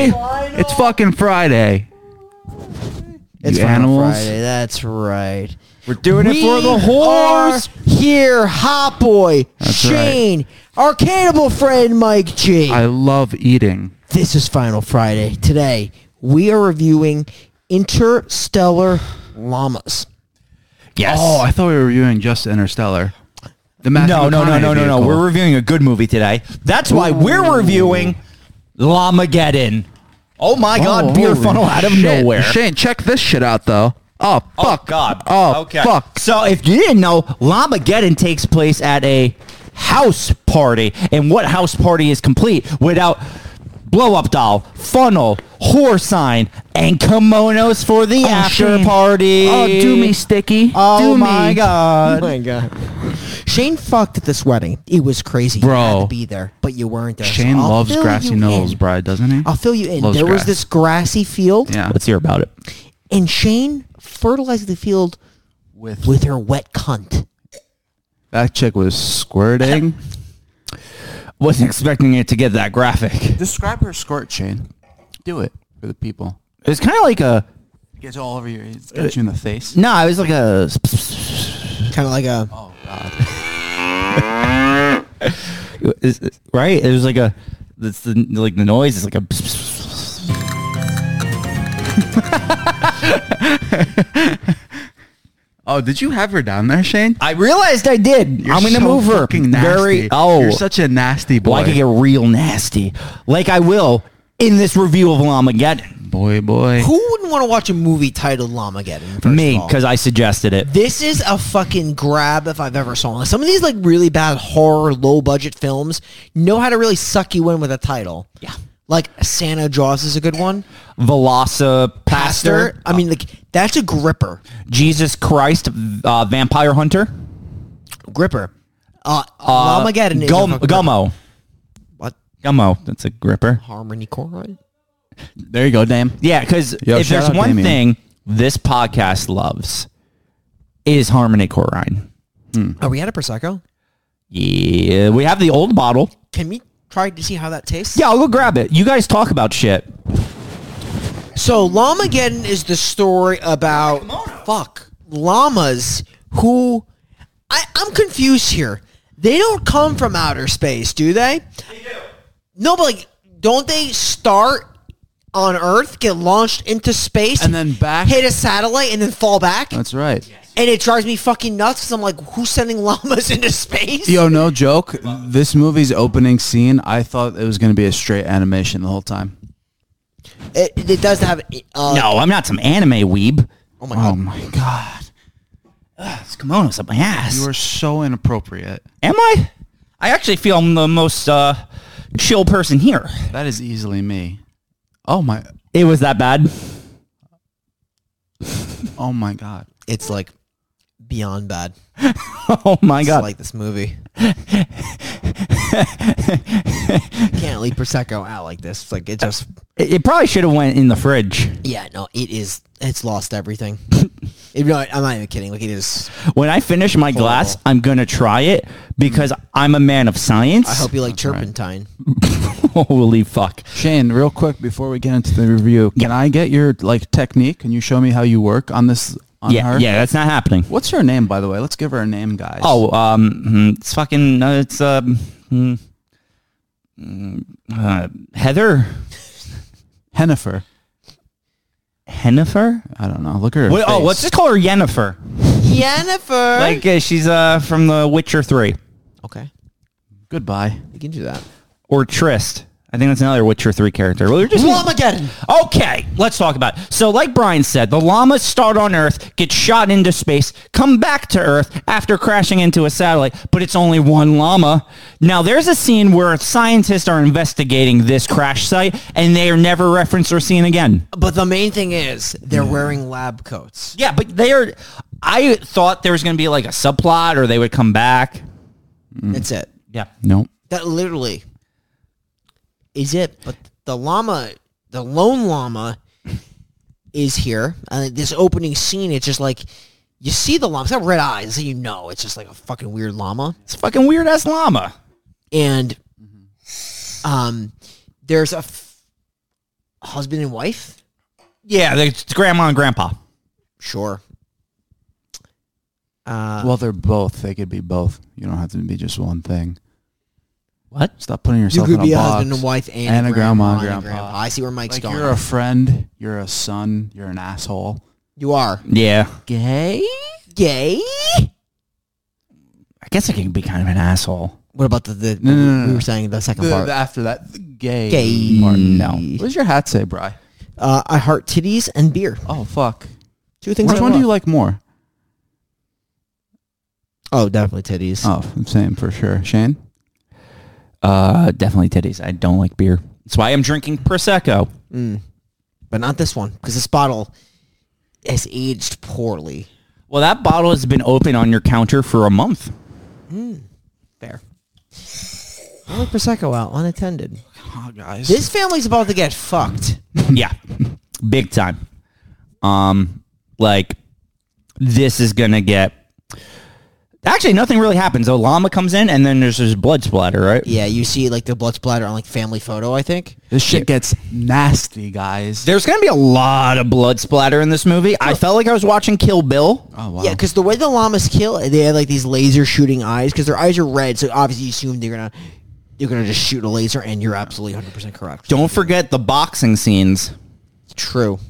It's fucking Friday. It's You Final animals. Friday. That's right. We're doing it for the We whores. are Here, Hot Boy, right. Shane, our cannibal friend Mike G. I love eating. this is Final Friday. Today, we are reviewing Interstellar Llamas. Yes. Oh, I thought we were reviewing just Interstellar. The Matthew no, no, no, McConaughey no, no, no. vehicle. We're reviewing a good movie today. That's why we're reviewing Lamageddon. Oh my God! Oh, Beer holy funnel out of shit. nowhere. Shane, check this shit out though. Oh fuck. Oh God. Oh okay. fuck. So if you didn't know, Lamageddon takes place at a house party, and what house party is complete without blow up doll, funnel, whore sign, and kimonos for the Oh, after Shane. party. Oh, do me, Sticky. Oh do my me. God. Oh my god. Shane fucked at this wedding. It was crazy. You had Bro. to be there, but you weren't there. so Shane I'll loves fill grassy you knolls, in. bride, doesn't he? I'll fill you in. Loves there was grass. this grassy field, Yeah. Let's hear about it. and Shane fertilized the field With with her wet cunt. that chick was squirting. Wasn't expecting it to get that graphic. Describe her squirt, Shane. Do it for the people. It's kind of like a It gets all over you. It's got you in the face. no. It was like a Kind of like a Oh God. right. It was like a it's the like the noise. It's like a Oh, did you have her down there, Shane? I realized I did. You're I'm gonna so move her. fucking Nasty. Very oh, you're such a nasty boy. well, I could get real nasty, like I will in this review of Lamageddon. boy, boy. who wouldn't want to watch a movie titled Lamageddon? first of Me, all? because I suggested it. this is a fucking grab if I've ever saw one. Some of these like really bad horror, low budget films know how to really suck you in with a title. Yeah. Like Santa Jaws is a good one. Velocipaster, Pastor. I mean, like that's a gripper. Jesus Christ, uh, Vampire Hunter, Gripper. Uh, uh, Lamageddon is Gum- a fucking- Gummo, What? Gummo. That's a gripper. Harmony Korine? There you go, damn. Yeah, because Yo, if shout there's out one Damien. thing this podcast loves is Harmony Corrine. Are Oh, we out of Prosecco? Yeah, we have the old bottle. Can we try to see how that tastes? Yeah, I'll go grab it. You guys talk about shit. So Lamageddon is the story about fuck llamas who I, I'm confused here. They don't come from outer space, do they? They do. No, but like, don't they start on Earth, get launched into space, And then back- hit a satellite, and then fall back? That's right. and it drives me fucking nuts because I'm like, who's sending llamas into space? Yo, no joke. This movie's opening scene, I thought it was going to be a straight animation the whole time. It, it does have. Uh, No, I'm not some anime weeb. Oh my god. my god. This kimono's up my ass. You are so inappropriate. Am I? I actually feel I'm the most uh, chill person here. That is easily me. Oh my It was that bad. Oh my god. It's like beyond bad. Oh my It's god. like this movie. Can't leave prosecco out like this. It's like it just. it, it probably should have went in the fridge. Yeah, no, it is. It's lost everything. It- no, I'm not even kidding. Like it is. When I finish my glass, Horrible. I'm gonna try it because Mm. I'm a man of science. I hope you like turpentine. Holy fuck. Shane, real quick before we get into the review, can I get your like technique? Can you show me how you work on this on yeah, her? yeah, that's not happening. What's her name by the way? Let's give her a name, guys. Oh, um, mm, it's fucking, uh, it's, um, mm, mm, uh, Heather Hennifer. Hennifer. I don't know. Look at her. What, oh, face. let's just call her Yennefer. Jennifer. Like uh, she's uh from The Witcher Three okay, Goodbye. you can do that. or Trist. I think that's another Witcher Three character. Well, we're just Lamageddon. Okay, let's talk about it. So, like Brian said, the llamas start on Earth, get shot into space, come back to Earth after crashing into a satellite, but it's only one llama. Now, there's a scene where scientists are investigating this crash site, and they are never referenced or seen again. But the main thing is they're wearing lab coats. Yeah, but they are. I thought there was going to be like a subplot, or they would come back. Mm. That's it. Yeah. Nope. That literally is it. But the llama, the lone llama, is here. And this opening scene, it's just like you see the llama. It's got red eyes, so you know it's just like a fucking weird llama. It's a fucking weird ass llama. And um, there's a f- husband and wife? Yeah, it's grandma and grandpa. Sure. Uh, well, they're both. They could be both. You don't have to be just one thing. What? Stop putting You yourself could in a be a box. husband and wife and, And a grandma and and grandpa. I see where Mike's like going. you're a friend, you're a son, you're an asshole. you are Yeah. gay. Gay. I guess I can be kind of an asshole. What about the, the, No, no, no, we no. were saying the second The- part? the- after that, the gay. Gay. part. No. What does your hat say, Bry? Uh, I heart titties and beer. Oh fuck. Two things. Which I one do love. you like more? Oh, definitely titties. Oh, same for sure. Shane. Uh, definitely titties. I don't like beer. That's why I'm drinking prosecco. but not this one because this bottle has aged poorly. Well, that bottle has been open on your counter for a month. Fair. Only prosecco out unattended. Oh, guys. This family's about to get fucked. yeah, big time. Um, like this is gonna get. Actually, nothing really happens. though. llama comes in, and then there's this blood splatter, right? Yeah, you see like the blood splatter on like family photo. I think. This shit gets nasty, guys. There's gonna be a lot of blood splatter in this movie. I felt like I was watching Kill Bill. oh wow. Yeah, because the way the llamas kill, they have like these laser shooting eyes because their eyes are red. So obviously, you assume they're gonna you're gonna just shoot a laser, and you're absolutely 100 percent correct. Don't forget the boxing scenes. True.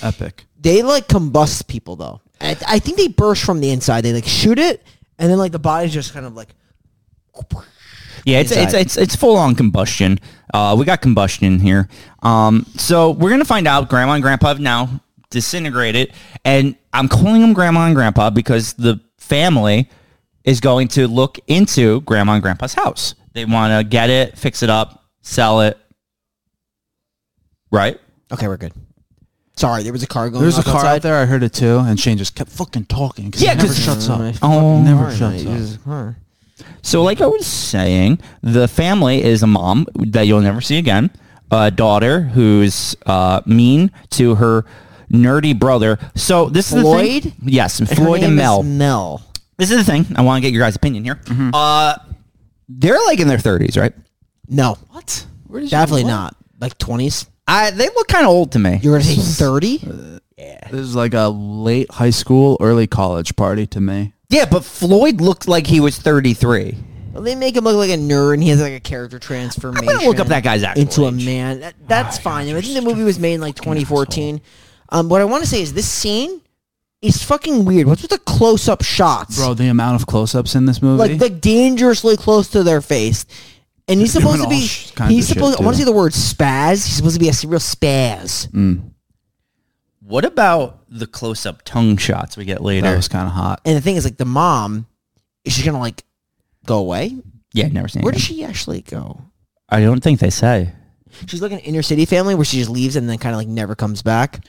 Epic. They like combust people though. I, I think they burst from the inside. They like shoot it, and then like the body's just kind of like. Yeah, it's it's, Inside. it's it's full on combustion. Uh, we got combustion here. Um, so we're gonna find out. Grandma and Grandpa have now disintegrated, and I'm calling them Grandma and Grandpa because the family is going to look into Grandma and Grandpa's house. They want to get it, fix it up, sell it. Right? Okay, we're good. Sorry, there was a car going. There's a off car outside. out there. I heard it too, and Shane just kept fucking talking. Cause Yeah, he never 'cause- shuts up. Oh, never shuts up. So, like I was saying, the family is a mom that you'll never see again, a daughter who's uh, mean to her nerdy brother. So this is the Floyd? thing. Yes, Floyd and Mel. Mel. this is the thing. I want to get your guys' opinion here. Mm-hmm. Uh, they're like in their thirties, right? No, What? Where did definitely not. Like twenties. I they look kind of old to me. You were gonna say thirty? This is like a late high school, early college party to me. yeah, but Floyd looked like he was thirty three. Well, they make him look like a nerd, and he has like a character transformation. I'm gonna look up that guy's actual into a age. Oh man. That, that's fine. I think the movie was made in like 2014. Um, what I want to say is this scene is fucking weird. What's with the close-up shots, Bro, the amount of close-ups in this movie. Like like dangerously close to their face. And he's They're supposed to doing be. all sh- kinds He's of shit, supposed. I want to too. Mm. say the word spaz. He's supposed to be a real spaz. What about the close up tongue shots we get that later? was kind of hot. And the thing is, like, the mom is she gonna like go away? Yeah, never seen. Where Where does she actually go? I don't think they say. She's like an inner city family where she just leaves and then kind of like never comes back.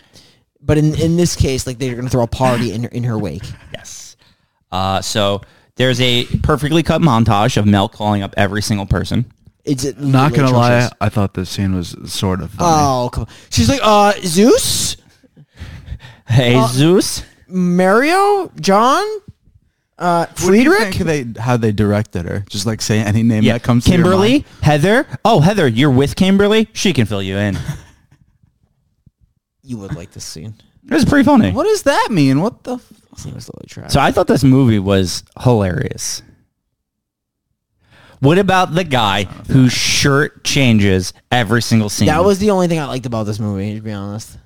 But in, in this case, like they're gonna throw a party in her, in her wake. Yes. Uh, so there's a perfectly cut montage of Mel calling up every single person. It's Not literally gonna lie, atrocious. I thought this scene was sort of funny. Oh come on! She's like, uh, Zeus, Hey, Zeus. Mario, John, uh, Friedrich. they how they directed her. Just like say any name that comes. to your Kimberly, mind. Heather. Oh, Heather, you're with Kimberly. She can fill you in. You would like this scene. It was pretty funny. What does that mean? What the? F- This scene was totally trash. So I thought this movie was hilarious. What about the guy whose shirt changes every single scene? Mm. that was the only thing I liked about this movie, to be honest.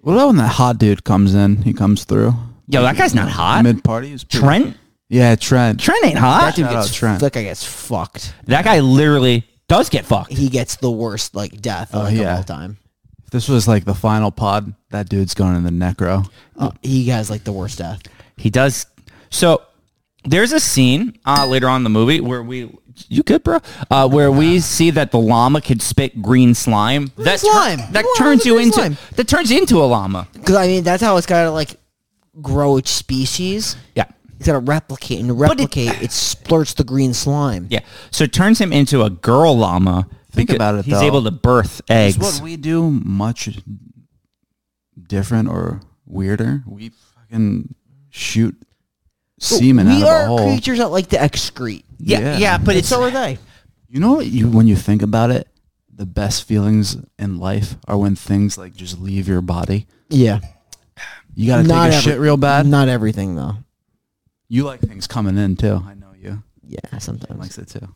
what about when that hot dude comes in? He comes through. yo. That guy's not hot. Mid party is pretty- Trent. Yeah, Trent. Trent ain't hot. That dude Shout gets out Trent. that guy gets fucked. That guy literally does get fucked. He gets the worst like death like, Oh, yeah. of all time. If this was like the final pod. That dude's going in the necro. Uh, he has like the worst death. He does. So there's a scene uh, later on in the movie where we you good, bro? Uh, where we see that the llama could spit green slime. That tur- slime. that Why is turns it you green into slime? that turns you into a llama. Because I mean, that's how it's gotta like grow its species. Yeah. It's gotta replicate and to But it- replicate. It, splurts the green slime. Yeah. So it turns him into a girl llama. Think because about it, He's though. able to birth Is what eggs. we do much different or weirder? We fucking shoot semen we out of are a hole. creatures that like to excrete. Yeah, yeah, Yeah. but But it's so are they. You know what? You when you think about it, the best feelings in life are when things like just leave your body. Yeah. You gotta Not take a every- shit real bad. Not everything though. You like things coming in too. I know you. Yeah, I sometimes. likes it too.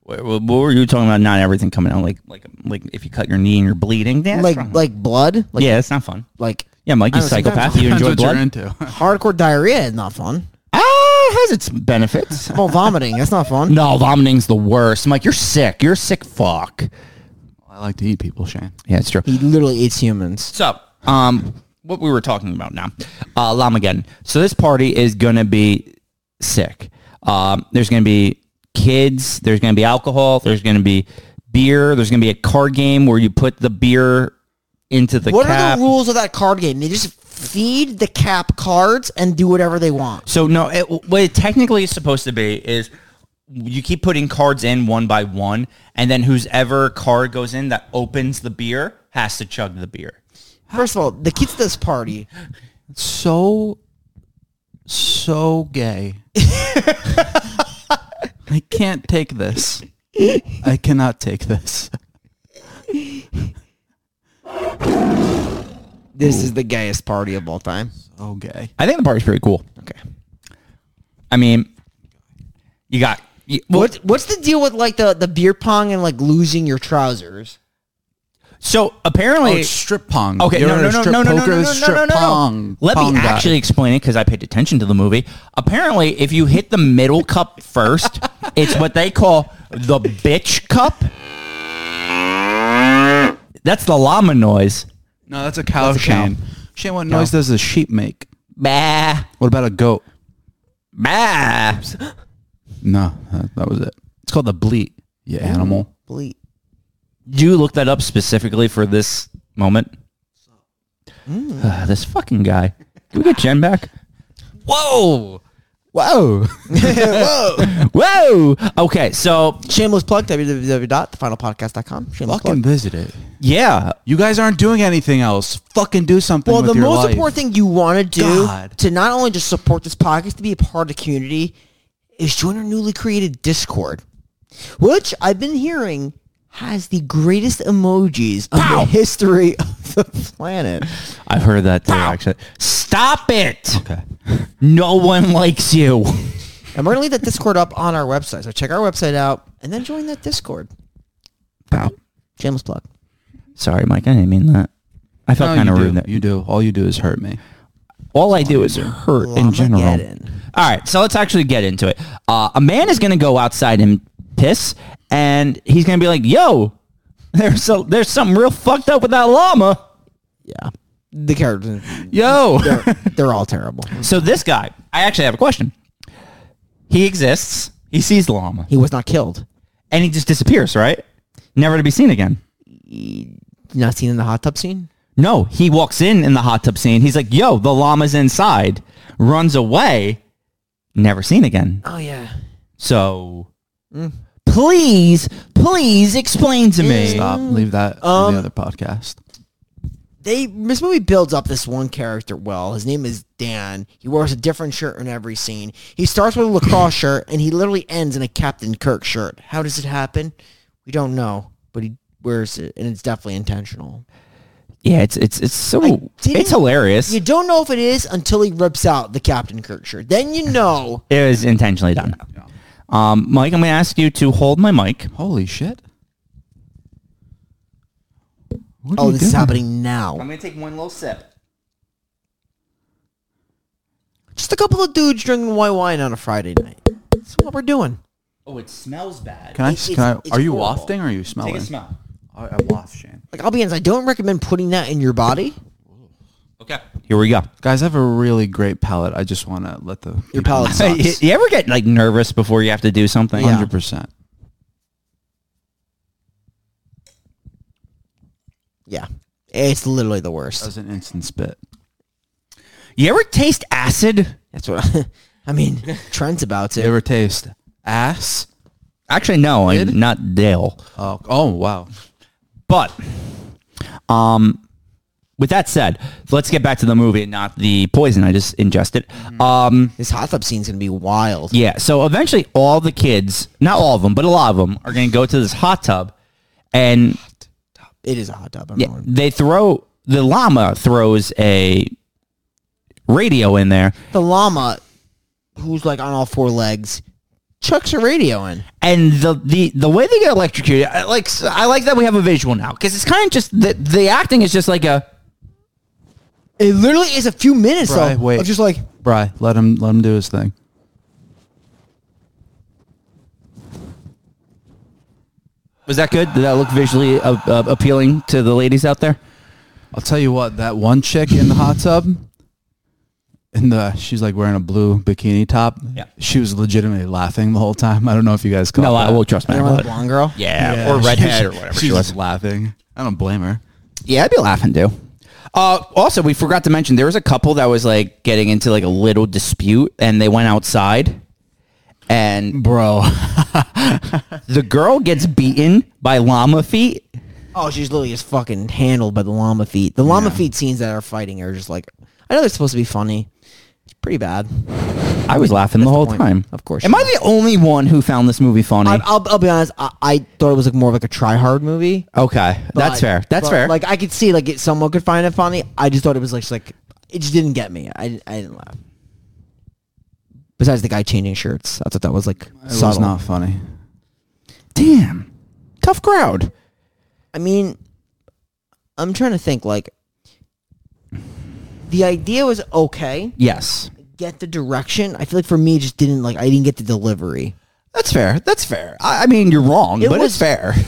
What, what were you talking about? Not everything coming out. Like like like if you cut your knee and you're bleeding. Yeah, it's Like wrong. like blood, like yeah, it's not fun. like Yeah, Mike, you I don't know, psychopath. sometimes- You Depends enjoy what blood. you're into. hardcore diarrhea is not fun. Ah, it has its benefits. Well, vomiting, that's not fun. no, vomiting's the worst. Mike, you're sick. You're a sick. Fuck. I like to eat people, Shane. Yeah, it's true. He literally eats humans. So, um, what we were talking about now, uh, Lamageddon. So this party is gonna be sick. Um, there's gonna be kids. There's gonna be alcohol. There's gonna be beer. There's gonna be a card game where you put the beer into the What are cap. the rules of that card game? They just feed the cap cards and do whatever they want. So no, it, what it technically is supposed to be is you keep putting cards in one by one, and then whoever card goes in that opens the beer has to chug the beer. First of all, the kids at this party, So, so gay. I can't take this. I cannot take this. this is the gayest party of all time. So gay. I think the party's pretty cool. Okay. I mean, you got you- well, What what's the deal with like the, the beer pong and like losing your trousers? So Oh, apparently, it's strip pong. okay, You're no, no, a no, strip no, no, no, no, poker, no, no, strip no, no, pong. Let pong me guy. actually explain it because I paid attention to the movie. Apparently, if you hit the middle cup first, it's what they call the bitch cup. That's the llama noise. No, that's a cow, That's a cow. Shane. Shane, what noise does a sheep make? Bah, What about a goat? bah. No, that, that was it. It's called the bleat, you animal. Bleep. Did you look that up specifically for this moment? this fucking guy. Can we get Jen back? Whoa. Whoa. Whoa. Okay, so Shameless plug, www.thefinalpodcast.com. Shameless Fucking plug. visit it. yeah, You guys aren't doing anything else. Fucking do something Well, with the your most life. important thing you want to do God. to not only just support this podcast, to be a part of the community, is join our newly created Discord, which I've been hearing has the greatest emojis in the history of the planet. I've heard that too. Actually, stop it. Okay. No one likes you. And we're going to leave that Discord up on our website. So check our website out and then join that Discord. Wow. Shameless plug. Sorry, Mike. I didn't mean that. I felt No, kind of you do. rude. There. You do. All you do is hurt me. All I do is hurt in general. Lamageddon. All right, so let's actually get into it. Uh, a man is going to go outside and piss, and he's going to be like, "Yo, there's so there's something real fucked up with that llama." Yeah. The characters, Yo. they're all terrible. so this guy, I actually have a question. He exists. He sees the llama, He was not killed. and he just disappears, right? Never to be seen again. Not seen in the hot tub scene? No, he walks in in the hot tub scene. He's like, "Yo, the llama's inside." Runs away, never seen again. Oh, yeah. So, Mm. please, please explain to me. Stop. Mm. Leave that on Um, the other podcast. they this movie builds up this one character well. His name is Dan. He wears a different shirt in every scene. He starts with a lacrosse shirt and he literally ends in a Captain Kirk shirt. How does it happen? We don't know, but he wears it and it's definitely intentional. Yeah, it's it's it's I so didn't- it's hilarious. You don't know if it is until he rips out the Captain Kirk shirt. Then you know. it was intentionally done. Um, Mike, I'm going to ask you to hold my mic. Holy shit. What are Oh, you this is doing? happening now. going to take one little sip. Just a couple of dudes drinking white wine on a Friday night. That's what we're doing. Oh, it smells bad. Can I? It's- can I it's are you horrible. wafting or are you smelling? smell. I, I waft, Shane. Like I'll be honest, I don't recommend putting that in your body. Okay, here we go. Guys, I have a really great palate. I just want to let the Your palate you, sucks. you ever get like nervous before you have to do something? Yeah. Hundred percent. yeah. It's literally the worst. That was an instant spit. You ever taste acid? That's what I, I mean. Trent's about You to. ever taste ass? Actually, no, I'm not Dale. Oh, oh wow. But um with that said, let's get back to the movie and not the poison I just ingested. Um This hot tub scene's gonna be wild. yeah, so eventually all the kids, not all of them, but a lot of them are going to go to this hot tub and It is a hot tub. I'm Yeah, wrong. they throw the llama throws a radio in there, The llama, who's like on all four legs, chucks a radio in. and the the the way they get electrocuted, I like I like that we have a visual now because it's kind of just the the acting is just like a It literally is a few minutes Bri, though. wait. Of just like Bry, let him let him do his thing. was that good? Did that look visually uh, uh, appealing to the ladies out there? I'll tell you what, that one chick in the hot tub, in the she's like wearing a blue bikini top. Yeah. She was legitimately laughing the whole time. I don't know if you guys caught No, I that. will trust my you know, the brother. blonde girl. Yeah, Yeah, or she- redhead or she- whatever She she was. was laughing. I don't blame her. Yeah, I'd be laughing too. Uh, also, we forgot to mention there was a couple that was like getting into like a little dispute, and they went outside, and Bro. the girl gets beaten by llama feet. Oh, she's literally just fucking handled by the llama feet. The llama Yeah. feet scenes that are fighting are just like I know they're supposed to be funny. It's pretty bad. I was laughing the That's the whole point. time. Of course Am you I the only one who found this movie funny? I, I'll, I'll be honest. I, I thought it was like more of like a try hard movie. okay, but- that's fair. That's but, fair. Like I could see like it, someone could find it funny. I just thought it was like just like it just didn't get me. I, I didn't laugh. Besides the guy changing shirts, I thought that was like It subtle. was not funny. damn, tough crowd. I mean, I'm trying to think. Like the idea was okay. Yes, Get the direction. I feel like for me, it just didn't like. I didn't get the delivery. that's fair. That's fair. I, I mean, you're wrong, It but was- it's fair.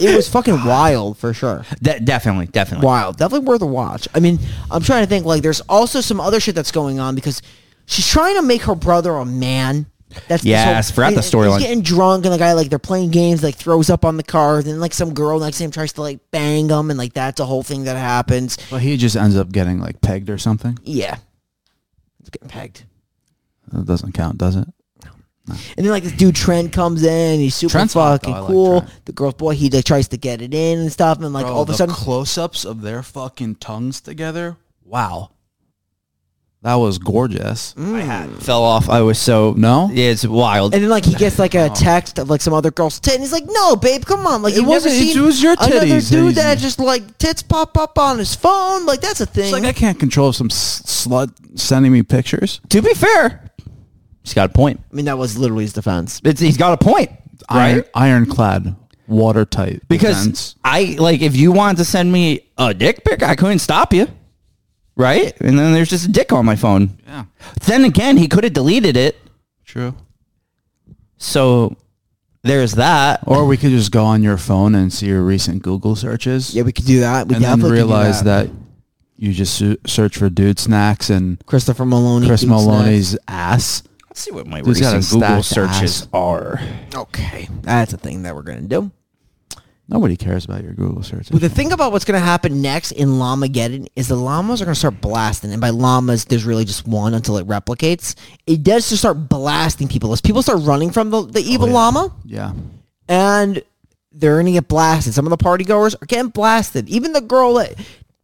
It was fucking wild for sure. De- definitely, definitely. Wild. Definitely worth a watch. I mean, I'm trying to think. Like, there's also some other shit that's going on because she's trying to make her brother a man. That's this Yes, whole- forgot the and- and storyline. He's getting drunk and the guy like they're playing games, like throws up on the car. Then like some girl next to him tries to like bang him, and like that's a whole thing that happens. But he just ends up getting like pegged or something. Yeah, it's getting pegged. That doesn't count, does it? And then like this dude Trent comes in, he's super Trent's hot, fucking though. I like cool. Trent. the girl's boy, he like tries to get it in and stuff, and like all of a sudden, close-ups of their fucking tongues together. Wow. That was gorgeous. Oh, Fell off. I was so No? Yeah, it's wild. and then like he gets like a text of like some other girl's tit, and he's like, "No, babe, come on, like Oh. It you've wasn't- never it seen was your another titties. dude that just like tits pop up on his phone, like that's a thing." It's like I can't control some s- slut sending me pictures. to be fair, he's got a point. I mean, that was literally his defense. It's, he's got a point, right? Iron, ironclad, watertight. because defense. I like if you wanted to send me a dick pic, I couldn't stop you, right? And then there's just a dick on my phone. yeah, Then again, he could have deleted it, true. so there's that. Or we could just go on your phone and see your recent Google searches, Yeah, we could do that. We and then definitely could do realize that. you just su- search for dude snacks and Christopher Maloney, Chris dude's Maloney's ass. Let's see what my Dude's got a recent Google stacked searches ass. are. next. Okay, that's a thing that we're gonna do. Nobody cares about your Google searches. Well, the thing about what's going to happen next in Llamageddon is the llamas are going to start blasting. And by llamas, there's really just one until it replicates. It does just start blasting people. As people start running from the, the Oh, evil yeah. llama, yeah, and they're going to get blasted. Some of the party goers are getting blasted. Even the girl that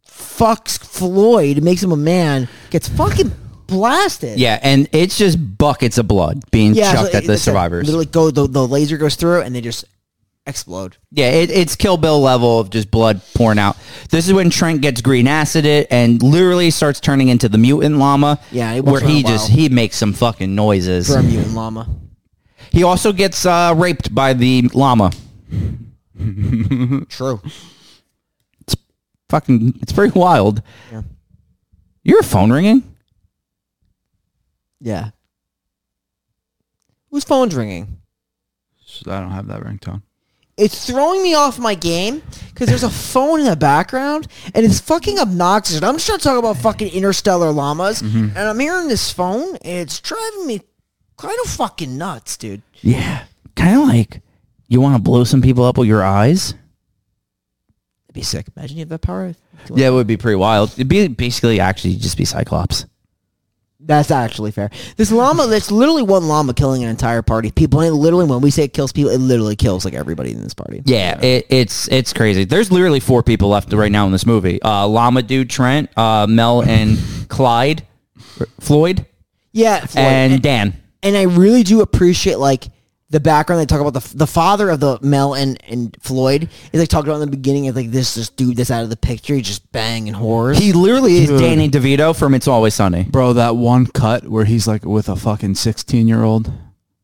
fucks Floyd, makes him a man, gets fucking blasted. Yeah, and it's just buckets of blood being so it- chucked at the it's like survivors. Literally, go, the, the laser goes through and they just explode. yeah, it, it's Kill Bill level of just blood pouring out. This is when Trent gets green acid it and literally starts turning into the mutant llama. Yeah, he where walks around he wild. just he makes some fucking noises. For a mutant llama. He also gets uh, raped by the llama. True. Fucking, it's pretty wild. Yeah. Your phone ringing? Yeah. Whose phone's ringing? So I don't have that ringtone. It's throwing me off my game because there's a phone in the background and it's fucking obnoxious. And I'm just trying to talk about fucking interstellar llamas and Mm-hmm. I'm hearing this phone and it's driving me kind of fucking nuts, dude. Yeah, kind of like you want to blow some people up with your eyes. That'd be sick. Imagine you have that power. Yeah, it would be pretty wild. It'd be basically actually just be Cyclops. That's actually fair. This llama, that's literally one llama killing an entire party of people. And it literally, when we say it kills people, it literally kills like everybody in this party. Yeah, it, it's it's crazy. There's literally four people left right now in this movie. Uh, llama dude Trent, uh, Mel and Clyde, er, Floyd, Yeah. Floyd. and Dan. and I really do appreciate like the background they talk about the the father of the Mel and and Floyd is like talked about in the beginning is like this this dude that's out of the picture he just banging horrors. He literally is Danny DeVito from It's Always Sunny. Bro, that one cut where he's like with a fucking 16 year old,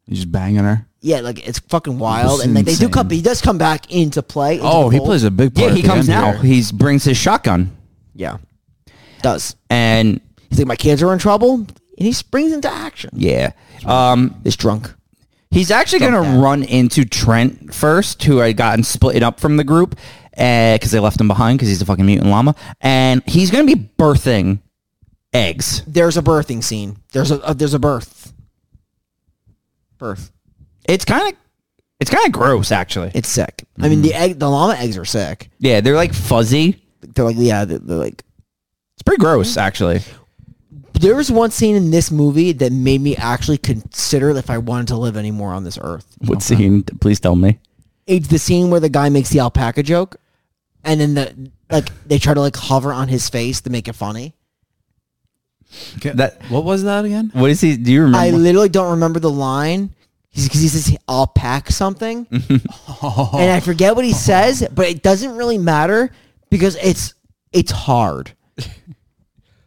he's just banging her. yeah, like it's fucking wild It's and like they do come insane. he does come back into play. into Oh, the he fold. plays a big part. Yeah, at he the comes end now. here. He brings his shotgun Yeah, does and he's like my kids are in trouble and he springs into action. yeah. Um, He's drunk. he's actually going to run into Trent first, who had gotten split up from the group because they left him behind because he's a fucking mutant llama. And he's going to be birthing eggs. There's a birthing scene. There's a, a there's a birth. Birth. It's kind of it's kind of gross, actually. It's sick. I Mm-hmm. mean the egg the llama eggs are sick. Yeah, they're like fuzzy. They're like yeah they're, they're like It's pretty gross, actually. there was one scene in this movie that made me actually consider if I wanted to live anymore on this earth. What scene? Please tell me. It's the scene where the guy makes the alpaca joke, and then the like they try to like hover on his face to make it funny. Ca- That- what was that again? What is he? Do you remember? I literally don't remember the line because he says I'll pack something, and I forget what he says, but it doesn't really matter because it's it's hard.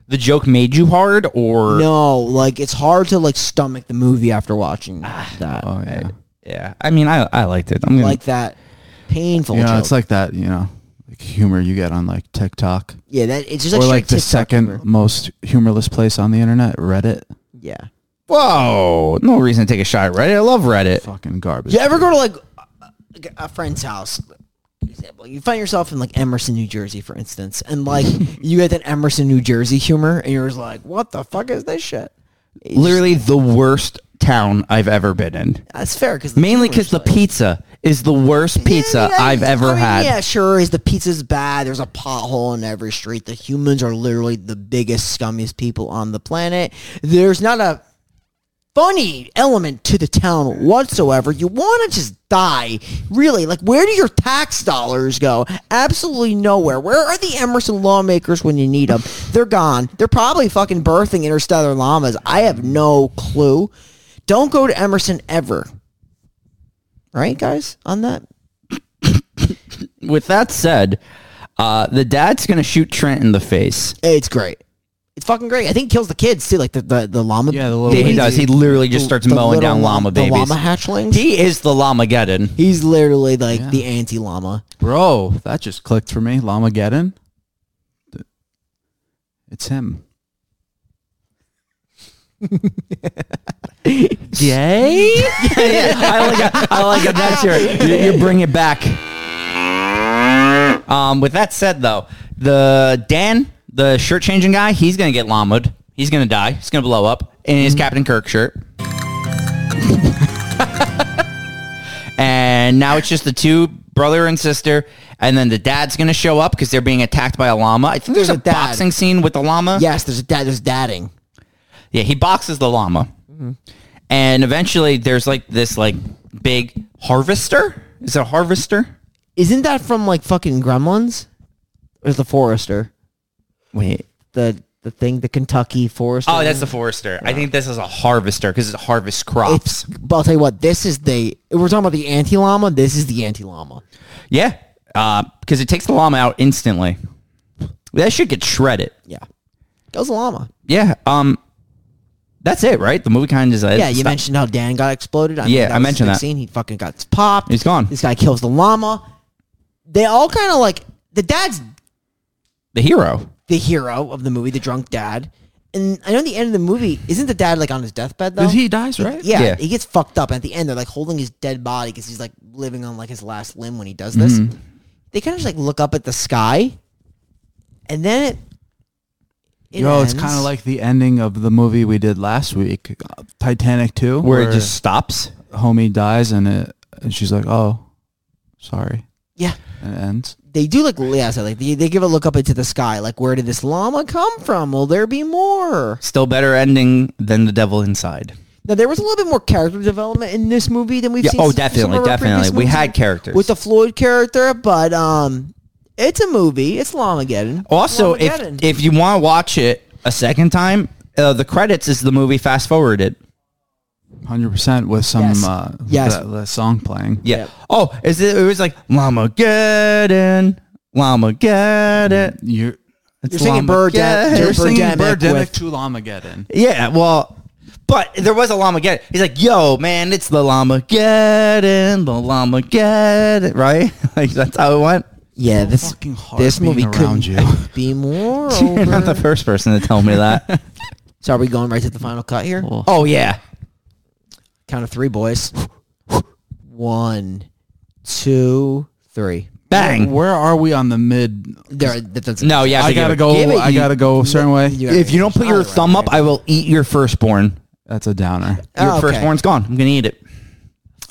the joke made you hard, or No, like it's hard to like stomach the movie after watching that Oh, yeah. Yeah, I mean, I I liked it. I'm gonna, like that painful. You know, joke. it's like that, you know, like humor you get on like TikTok yeah, that it's just or like, like straight the TikTok second humor. most humorless place on the internet, Reddit. Yeah. whoa, no reason to take a shot at Reddit. I love Reddit. Fucking garbage. Do you ever go to like a- a- a friend's house? For Example, you find yourself in like Emerson, New Jersey, for instance, and like you get that Emerson, New Jersey humor, and you're just like, "What the fuck is this shit?" It's Literally the worst town I've ever been in. just- that's fair because Mainly because the pizza is the worst pizza I've ever had. Yeah, sure. Is the pizza's bad? There's a pothole in every street. The humans are literally the biggest, scummiest people on the planet. There's not a funny element to the town whatsoever. You want to just die, really. Like, where do your tax dollars go? Absolutely nowhere. Where are the Emerson lawmakers when you need them? They're gone. They're probably fucking birthing interstellar llamas. I have no clue. Don't go to Emerson ever. Right, guys? On that? With that said, uh, the dad's gonna shoot Trent in the face. It's great. It's fucking great. I think it kills the kids too, like the the, the llama. Yeah, the little Yeah, he baby. does. He literally just starts Oh, the mowing little down llama- llama the babies. llama hatchlings. he is the llama geddon. He's literally like the anti llama. Bro, that just clicked for me. Lamageddon. It's him. Yay! I like it. I like it. That's your. You, you bring it back. Um. With that said, though, the Dan, the shirt changing guy, he's gonna get llamaed. He's gonna die. He's gonna blow up in his Captain Kirk shirt. and now it's just the two brother and sister, and then the dad's gonna show up because they're being attacked by a llama. I think there's, There's a, a dad. boxing scene with the llama. Yes, there's dad. There's dadding. Yeah, he boxes the llama. And eventually there's like this like big harvester. Is it a harvester? Isn't that from like fucking Gremlins? There's the forester. Wait. The the thing, the Kentucky forester. Oh, that's the forester. I think this is a harvester because it harvests It's. crops. But I'll tell you what. This is the. We're talking about the anti llama. This is the anti llama. yeah. Because it takes the llama out instantly. That should get shredded. Yeah. Goes the llama. Yeah. Um. That's it, right? The movie kind of is. Yeah, you mentioned how Dan got exploded. I Yeah, I was a mentioned big that. Scene. He fucking got popped. He's gone. This guy kills the llama. They all kind of like the dad's the hero. the hero of the movie, the drunk dad. And I know at the end of the movie, isn't the dad like on his deathbed though? Did he dies, right? yeah, Yeah. he gets fucked up. And at the end, they're like holding his dead body because he's like living on like his last limb when he does this. Mm-hmm. They kind of just like look up at the sky, and then it. it Yo, it's ends. kind of like the ending of the movie we did last week, Titanic 2, Where it just stops. homie dies and it and she's like, "Oh, sorry." yeah. And it ends. they do like yeah, so like they, they give a look up into the sky, like where did this llama come from? Will there be more? Still better ending than the devil inside. Now there was a little bit more character development in this movie than we've Yeah, seen. oh, s- some definitely, of our previous definitely. We movies had characters. with the Floyd character, but um, it's a movie. It's Llamageddon. Also, if Llamageddon. if you want to watch it a second time, uh, the credits is the movie fast forwarded. hundred percent with some Yes. uh, Yes. that- that song playing. Yeah. Yep. Oh, is it? It was like Llama Geddon, Llama Geddon. You're It's You're singing Llama Bird Dam- Geddon. you're You're singing Birdemic Birdemic with- to Lamageddon. Yeah, well, but there was a Llama Geddon. He's like, yo, man, it's the Llama Geddon, the Llama Geddon, right? Like that's how it went. Yeah, this fucking hard this being movie around couldn't you. be more. You're not over. the first person to tell me that. so are we going right to the final cut here? oh yeah. Count of three, boys. One, two, three. Bang. Where are we on the mid? There, that, that's No, yeah. I gotta go. Give it- I gotta go a certain way. you- If you don't put your Alright, thumb up, I will eat your firstborn. That's a downer. Your Oh, okay. firstborn's gone. I'm gonna eat it.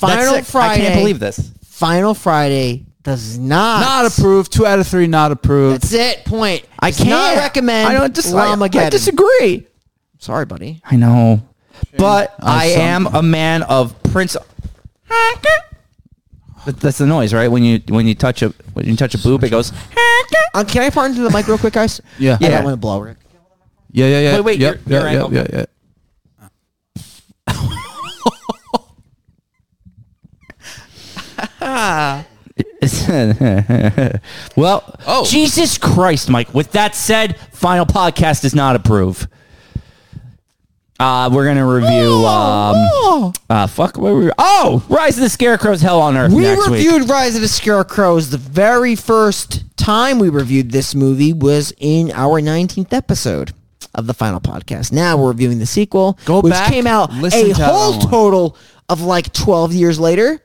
That's Final sick. Friday. I can't believe this. Final Friday does not Not approved. Two out of three. Not approved. That's it. Point. I Does can't not recommend. I don't dis- I, Llama I disagree. Sorry, buddy. I know, but I some- am a man of prince. That- That's the noise, right? When you when you touch a when you touch a boob, it goes. Um, can I part into the mic real quick, guys? Yeah. I Yeah. don't want to blow Rick. Yeah. Yeah. Yeah. Wait, wait, Yep, your- your yep, angle. yep, yep, yep. well, Oh. Jesus Christ, Mike. With that said, final podcast does not approve. Uh, we're gonna review. Oh, Um, uh, fuck. What were we, oh, Rise of the Scarecrow's Hell on Earth. We next week. reviewed Rise of the Scarecrows. The very first time we reviewed this movie was in our 19th episode of the final podcast. Now we're reviewing the sequel, Go which back, came out listen a to that whole one. total of like 12 years later.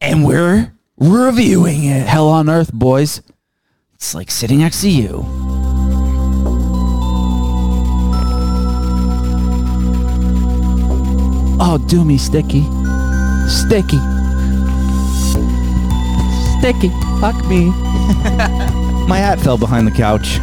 and we're reviewing it. Hell on earth, boys. It's like sitting next to you. Oh, do me sticky, sticky, sticky. Fuck me. My hat fell behind the couch.